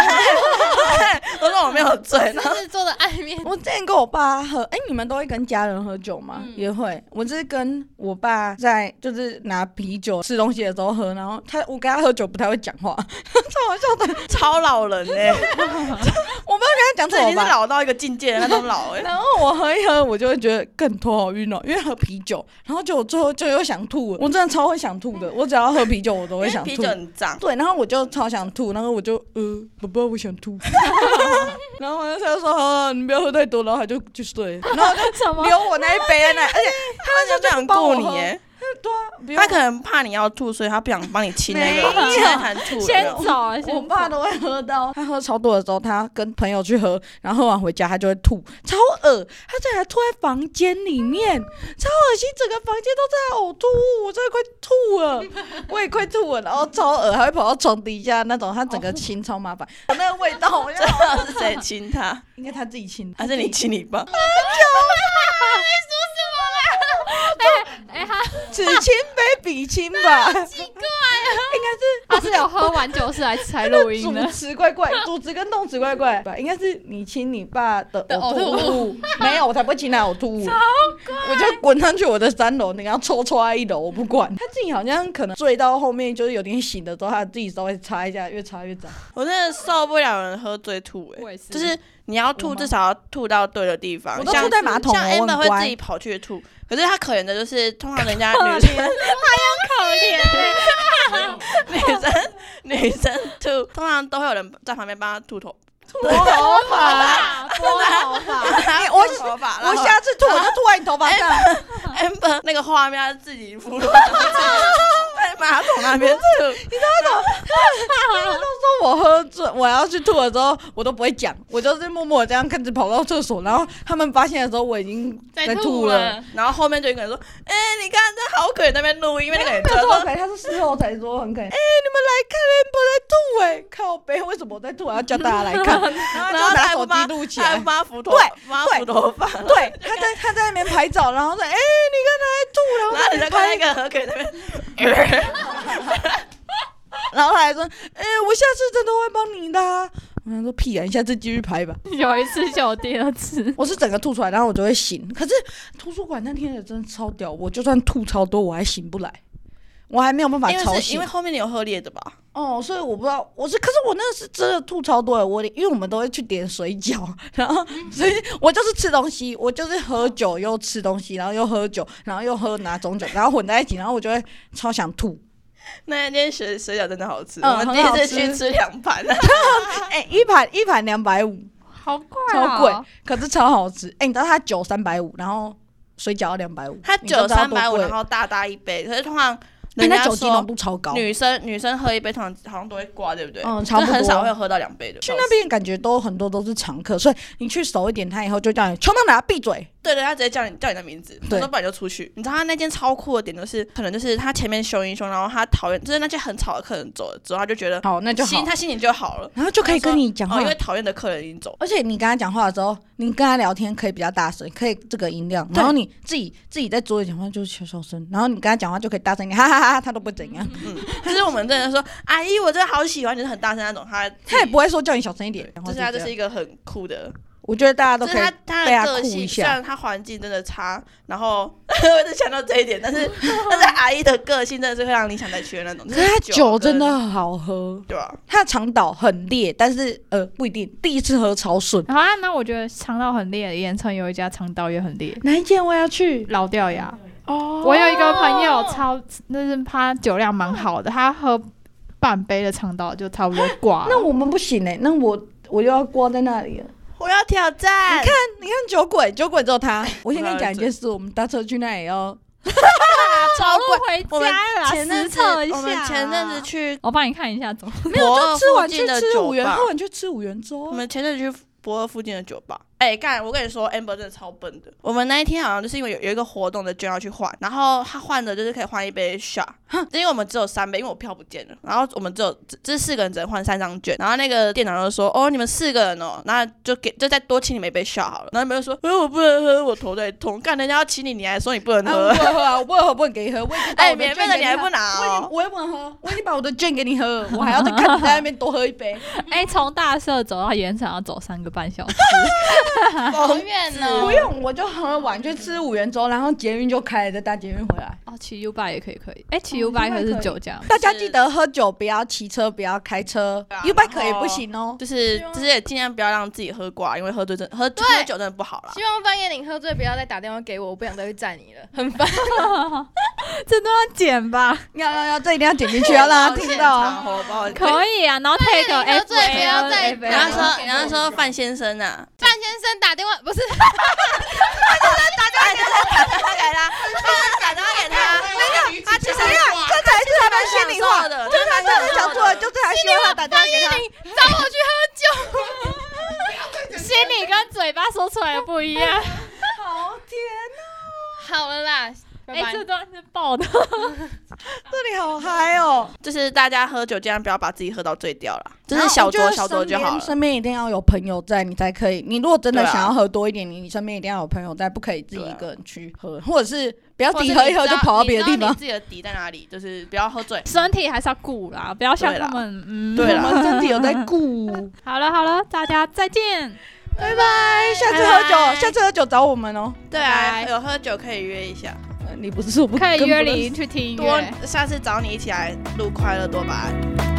[SPEAKER 3] 我说我没有醉，然后
[SPEAKER 1] 狮子座的爱 面，
[SPEAKER 4] 我之前跟我爸喝，哎、你们都会跟家人喝酒吗？
[SPEAKER 3] 嗯
[SPEAKER 4] 也会，我就是跟我爸在就是拿啤酒吃东西的时候喝，然后他我跟他喝酒不太会讲话， 超好笑的。
[SPEAKER 3] 超老人哎、
[SPEAKER 4] 我不知道跟他讲
[SPEAKER 3] 这已
[SPEAKER 4] 什么
[SPEAKER 3] 经是
[SPEAKER 4] 吧。
[SPEAKER 3] 老到一个境界的那种 老哎、
[SPEAKER 4] 然后我喝一喝，我就会觉得更头好晕哦，因为喝啤酒，然后就我最后就又想吐了，我真的超会想吐的，我只要喝啤酒我都
[SPEAKER 3] 嗯因
[SPEAKER 4] 会
[SPEAKER 3] 为
[SPEAKER 4] 想
[SPEAKER 3] 啤
[SPEAKER 4] 吐
[SPEAKER 3] 酒。很脏。
[SPEAKER 4] 对，然后我就超想吐，然后我就呃，宝宝我想 吐，然后他就说、好你不要喝太多，然后他就就睡了，然后
[SPEAKER 2] 什 么？
[SPEAKER 4] 留我那一杯在那，而且
[SPEAKER 3] 他就不想
[SPEAKER 4] 帮我
[SPEAKER 3] 顾你
[SPEAKER 4] 喝
[SPEAKER 3] 哎，
[SPEAKER 4] 对啊，不用
[SPEAKER 3] 他可能怕你要吐，所以他不想帮你清那
[SPEAKER 4] 没有
[SPEAKER 3] 个清那坛吐。
[SPEAKER 2] 先
[SPEAKER 3] 有没有
[SPEAKER 2] 走啊，
[SPEAKER 4] 我
[SPEAKER 2] 先
[SPEAKER 4] 爸
[SPEAKER 2] 走。
[SPEAKER 4] 都会喝到，他喝超多的时候，他跟朋友去喝，然后喝完回家他就会吐，超恶，他竟然还吐在房间里面，超恶心，整个房间都在呕吐，我真的快吐了，我也快吐了，然后超恶，还会跑到床底下那种，他整个亲超麻烦，那个味 道，我就
[SPEAKER 3] 知道是谁哎亲他，
[SPEAKER 4] 应该他自己亲，
[SPEAKER 3] 还是你亲你 爸？
[SPEAKER 2] 哎、他
[SPEAKER 4] 此亲非彼亲吧，应该是
[SPEAKER 2] 他是有喝完酒是来才录音
[SPEAKER 4] 主。
[SPEAKER 2] 的
[SPEAKER 4] 词怪 怪，主词跟动词怪怪吧？应该是你亲你爸的
[SPEAKER 1] 的
[SPEAKER 4] 呕
[SPEAKER 1] 呕吐
[SPEAKER 4] 物， 没有，我才不会亲他呕吐物，我就滚上去我的三楼，你给他抽抽他一楼，我不管。他自己好像可能醉到后面就是有点醒了之后，他自己稍微擦一下，越擦越 脏。
[SPEAKER 3] 我真的受不了人喝醉吐、欸，
[SPEAKER 2] 我也是
[SPEAKER 3] 就是你要
[SPEAKER 4] 我
[SPEAKER 3] 吐，
[SPEAKER 4] 吗
[SPEAKER 3] 至少要吐到对的地方。
[SPEAKER 4] 我都
[SPEAKER 3] 像
[SPEAKER 4] 吐在马桶
[SPEAKER 3] 像
[SPEAKER 4] 了我
[SPEAKER 3] Amber
[SPEAKER 4] 很
[SPEAKER 3] 会
[SPEAKER 4] 乖
[SPEAKER 3] 自己跑去吐，可是她可怜的就是，通常人家女生
[SPEAKER 2] 啊
[SPEAKER 3] 女生 女生吐，通常都会有人在旁边帮她吐头，
[SPEAKER 4] 我头发，
[SPEAKER 2] 啊拨头发，
[SPEAKER 4] 哎我
[SPEAKER 3] 吐头发。
[SPEAKER 4] 我下次吐我就吐在你头发上，
[SPEAKER 1] 哎
[SPEAKER 3] Amber 那个画面她自己吐， 在马桶那边吐，
[SPEAKER 4] 说我喝醉，我要去吐的时候，我都不会讲，我就是默默这样开始跑到厕所，然后他们发现的时候，我已经
[SPEAKER 1] 在
[SPEAKER 4] 吐
[SPEAKER 1] 吐了。
[SPEAKER 3] 然后后面就有一个人说：“哎、你看这好可怜，那边录音，因为那个人
[SPEAKER 4] 没
[SPEAKER 3] 就
[SPEAKER 4] 有说
[SPEAKER 3] 说
[SPEAKER 4] 很可怜，他是事后才说很可怜。哎、你们来看 Amber 在吐哎、靠背，为什么我在吐？我要叫大家 来看，然
[SPEAKER 3] 然
[SPEAKER 4] 后就
[SPEAKER 3] 后他
[SPEAKER 4] 拿
[SPEAKER 3] 还
[SPEAKER 4] 手
[SPEAKER 3] 不帮
[SPEAKER 4] 机录起
[SPEAKER 3] 他还
[SPEAKER 4] 来
[SPEAKER 3] 不。帮他扶头，
[SPEAKER 4] 对
[SPEAKER 3] 帮他扶头 发，然
[SPEAKER 4] 对，他在他在那边拍照，然后说：“哎、你
[SPEAKER 3] 后
[SPEAKER 4] 刚才吐了。”
[SPEAKER 3] 人家看那个何可怜那边。
[SPEAKER 4] 然后他还说：“哎、我下次真的会帮你的啊、我想说：“屁啊，你下次继续拍吧。
[SPEAKER 2] 有一次就有第二 次”，
[SPEAKER 4] 我是整个吐出来，然后我就会醒。可是图书馆那天也真的超屌，我就算吐超多，我还醒不来，我还没有办法
[SPEAKER 3] 因
[SPEAKER 4] 吵
[SPEAKER 3] 为是
[SPEAKER 4] 醒
[SPEAKER 3] 因为。后面你有喝烈的吧？
[SPEAKER 4] 哦，所以我不知道，我是，可是我那是真的吐超多的，我因为我们都会去点水饺，然后
[SPEAKER 3] 嗯
[SPEAKER 4] 所以我就是吃东西，我就是喝酒又吃东西，然后又喝酒，然后又喝哪种酒，然后混在一起，然后我就会超想吐。
[SPEAKER 3] 那一间水水饺真的好吃，
[SPEAKER 4] 嗯
[SPEAKER 3] 我们第一
[SPEAKER 4] 很好
[SPEAKER 3] 次
[SPEAKER 4] 吃
[SPEAKER 3] 去吃两 盘，
[SPEAKER 4] 哎、一盘一盘两百五，
[SPEAKER 2] 好贵
[SPEAKER 4] 超贵，可是超好吃。哎、你知道它酒三百五，然后水饺两百五，
[SPEAKER 3] 它
[SPEAKER 4] 你就
[SPEAKER 3] 酒
[SPEAKER 4] 知道
[SPEAKER 3] 三
[SPEAKER 4] 多
[SPEAKER 3] 百五，
[SPEAKER 4] 贵
[SPEAKER 3] 然后大大一杯，可是通常
[SPEAKER 4] 哎
[SPEAKER 3] 人
[SPEAKER 4] 它
[SPEAKER 3] 家
[SPEAKER 4] 酒精浓
[SPEAKER 3] 说
[SPEAKER 4] 度超高。
[SPEAKER 3] 女生女生喝一杯，通常好像都会挂，对不对？
[SPEAKER 4] 嗯差不
[SPEAKER 3] 就很
[SPEAKER 4] 多
[SPEAKER 3] 少会喝到两杯的。
[SPEAKER 4] 去那边感觉都很多都是常客，所以你去熟一点，他以后就叫你邱梦达闭嘴。
[SPEAKER 3] 对对，他直接叫你叫你的名字，他
[SPEAKER 4] 对
[SPEAKER 3] 说不然你就出去。你知道他那间超酷的点就是，可能就是他前面凶一凶，然后他讨厌，就是那些很吵的客人走了之后，他就觉得
[SPEAKER 4] 好，那就
[SPEAKER 3] 心
[SPEAKER 4] 好，
[SPEAKER 3] 他心情就好了，哦
[SPEAKER 4] 然后就可以跟你讲话。
[SPEAKER 3] 哦，因为讨厌的客人已经走了。
[SPEAKER 4] 而且你跟他讲话的时候，你跟他聊天可以比较大声，可以这个音量，然后你自己自己在桌子讲话就是小小声，然后你跟他讲话就可以大声一点，哈哈哈哈，他都不会怎样，
[SPEAKER 3] 嗯就是我们真的说，阿姨，我真的好喜欢，就是很大声那种，他
[SPEAKER 4] 他也不会说叫你小声一点
[SPEAKER 3] 对。
[SPEAKER 4] 然
[SPEAKER 3] 就
[SPEAKER 4] 后
[SPEAKER 3] 是
[SPEAKER 4] 这
[SPEAKER 3] 他
[SPEAKER 4] 样
[SPEAKER 3] 就是一个很酷的，
[SPEAKER 4] 我觉得大家都
[SPEAKER 3] 就是
[SPEAKER 4] 可以
[SPEAKER 3] 他他
[SPEAKER 4] 被他
[SPEAKER 3] 的个
[SPEAKER 4] 酷一
[SPEAKER 3] 性，虽
[SPEAKER 4] 下
[SPEAKER 3] 然他环境真的差，然后 我只想到这一点，但是 但是阿姨的个性真的是会让你想再去的那种。
[SPEAKER 4] 可是他酒真
[SPEAKER 3] 跟
[SPEAKER 4] 的好喝，
[SPEAKER 3] 对啊，
[SPEAKER 4] 他的长岛很烈，但是呃不一定，第一次喝超顺。
[SPEAKER 2] 好啊，那我觉得肠道很烈，盐城有一家肠道也很烈，
[SPEAKER 4] 哪一间我要去？
[SPEAKER 2] 老掉牙。
[SPEAKER 1] 哦
[SPEAKER 2] 我有一个朋友超，那是他酒量蛮好的，他喝半杯的肠道就差不多挂
[SPEAKER 4] 那
[SPEAKER 2] 了。
[SPEAKER 4] 我们不行哎、那我我又要挂在那里了。
[SPEAKER 3] 我要挑战。你看，
[SPEAKER 4] 你看啊酒鬼，酒鬼只有他。 我先跟你讲一
[SPEAKER 3] 我要
[SPEAKER 4] 件事，我们搭车去那哦也要
[SPEAKER 3] 超
[SPEAKER 2] 路
[SPEAKER 3] 贵。
[SPEAKER 2] 回
[SPEAKER 3] 我们
[SPEAKER 2] 家啦，
[SPEAKER 3] 前
[SPEAKER 2] 实
[SPEAKER 3] 阵子
[SPEAKER 2] 测一下。啊
[SPEAKER 3] 我们前阵 子，去
[SPEAKER 2] 我帮你看一下怎么。
[SPEAKER 3] 没有
[SPEAKER 4] 就吃完去
[SPEAKER 3] 的
[SPEAKER 4] 吃
[SPEAKER 3] 酒
[SPEAKER 4] 五元，
[SPEAKER 3] 吧
[SPEAKER 4] 喝，完去吃五元粥
[SPEAKER 3] 我
[SPEAKER 4] 啊。
[SPEAKER 3] 们前阵子去。博尔附近的酒吧，哎、干！我跟你说，Amber 真的超笨的。我们那一天好像就是因为有有一个活动的券要去换，然后他换的就是可以换一杯 shot，因为我们只有三杯，因为我票不见了，然后我们只有这这四个人只能换三张券，然后那个店长就说，哦，你们四个人哦，那就给就再多请你们一杯 shot 好了。然后你们就说，哎、我不能喝，我头在痛，干人家要请你，你还说你不能
[SPEAKER 4] 啊，我
[SPEAKER 3] 喝，
[SPEAKER 4] 不能喝啊，我不能喝，不能给你喝。我已经把
[SPEAKER 3] 哎、
[SPEAKER 4] 我
[SPEAKER 3] 免
[SPEAKER 4] 券
[SPEAKER 3] 费的
[SPEAKER 4] 给
[SPEAKER 3] 你还不
[SPEAKER 4] 喝
[SPEAKER 3] 拿
[SPEAKER 4] 我已经
[SPEAKER 3] 哦。
[SPEAKER 4] 我也不能喝，我已经把我的券给你喝了，我还要再看你在那边多喝一 杯。
[SPEAKER 2] 哎，从大社走到盐城要走三个半小时。
[SPEAKER 1] 好远
[SPEAKER 3] 嗯
[SPEAKER 1] 哦呢，
[SPEAKER 4] 不用，我就喝完就吃五元粥，然后捷运就开了，再搭捷运回来。
[SPEAKER 2] 哦，骑 U bike 也可以，可以。哎，骑
[SPEAKER 4] 哦
[SPEAKER 2] U bike
[SPEAKER 4] 骑 U-bike
[SPEAKER 2] 是
[SPEAKER 4] 可以
[SPEAKER 2] 酒驾吗。
[SPEAKER 4] 大家记得喝酒不要骑车，不要开车
[SPEAKER 3] 对啊
[SPEAKER 4] ，U bike 也
[SPEAKER 3] 然后
[SPEAKER 4] 不行哦。
[SPEAKER 3] 就是
[SPEAKER 1] 希望
[SPEAKER 3] 就是也尽量不要让自己喝挂，因为喝醉真喝喝酒真的不好啦。
[SPEAKER 1] 希望半夜你喝醉不要再打电话给我，我不想再去载你了，很烦。
[SPEAKER 2] 这都要剪吧？
[SPEAKER 4] 要要要，这一定要剪进去，要让他听到
[SPEAKER 3] 哦
[SPEAKER 4] 啊。
[SPEAKER 2] 可以啊，然后 take
[SPEAKER 1] 你喝
[SPEAKER 2] F
[SPEAKER 1] 醉不要再然后
[SPEAKER 3] 然后说，然后说范先生啊，
[SPEAKER 1] 范先生打电话不是
[SPEAKER 3] 他给他，打电话给他，他其实
[SPEAKER 4] 怎样？这才是他们心里话，
[SPEAKER 3] 的，
[SPEAKER 4] 这才是他们想做的，就是他希望他打电话给他。
[SPEAKER 1] 找我去喝 酒，
[SPEAKER 2] 心 里跟嘴巴说出来的不一样。
[SPEAKER 4] 好甜。啊
[SPEAKER 1] 好了啦，哎拜拜
[SPEAKER 2] 哎这段是爆的，
[SPEAKER 4] 这里好嗨哦！
[SPEAKER 3] 就是大家喝酒，尽量不要把自己喝到醉掉啦，就
[SPEAKER 4] 然
[SPEAKER 3] 是
[SPEAKER 4] 后
[SPEAKER 3] 小
[SPEAKER 4] 我觉得
[SPEAKER 3] 酌小酌就
[SPEAKER 4] 身
[SPEAKER 3] 好
[SPEAKER 4] 边
[SPEAKER 3] 了。
[SPEAKER 4] 身边一定要有朋友在，你才可以。你如果真的
[SPEAKER 3] 对啊
[SPEAKER 4] 想要喝多一点，你你身边一定要有朋友在，不可以自己
[SPEAKER 3] 对啊
[SPEAKER 4] 一个人去喝，或者是不要
[SPEAKER 3] 或
[SPEAKER 4] 自己
[SPEAKER 3] 者是
[SPEAKER 4] 喝一
[SPEAKER 3] 你
[SPEAKER 4] 喝
[SPEAKER 3] 知
[SPEAKER 4] 就
[SPEAKER 3] 道
[SPEAKER 4] 跑到
[SPEAKER 3] 你
[SPEAKER 4] 别的
[SPEAKER 3] 知道
[SPEAKER 4] 地方
[SPEAKER 3] 你。自己的底在哪里，就是不要喝醉。
[SPEAKER 2] 身体还是要顾啦，不要像
[SPEAKER 3] 对
[SPEAKER 2] 他
[SPEAKER 3] 啦
[SPEAKER 2] 们。嗯，
[SPEAKER 3] 对
[SPEAKER 4] 我
[SPEAKER 3] 啦
[SPEAKER 4] 们身体有在 顾。
[SPEAKER 2] 好了好了，大家再见。
[SPEAKER 4] 拜拜，下次喝
[SPEAKER 2] 拜
[SPEAKER 3] 哎
[SPEAKER 4] 酒，
[SPEAKER 2] 拜
[SPEAKER 4] 下次喝酒找我们哦。
[SPEAKER 3] 对
[SPEAKER 2] 拜
[SPEAKER 3] 啊，
[SPEAKER 2] 拜
[SPEAKER 3] 有喝酒可以约一下，
[SPEAKER 4] 呃你不是我不
[SPEAKER 2] 可以
[SPEAKER 4] 跟
[SPEAKER 2] 约
[SPEAKER 4] 不认识
[SPEAKER 2] 你去听音
[SPEAKER 3] 多
[SPEAKER 2] 乐。
[SPEAKER 3] 下次找你一起来录快乐多巴胺。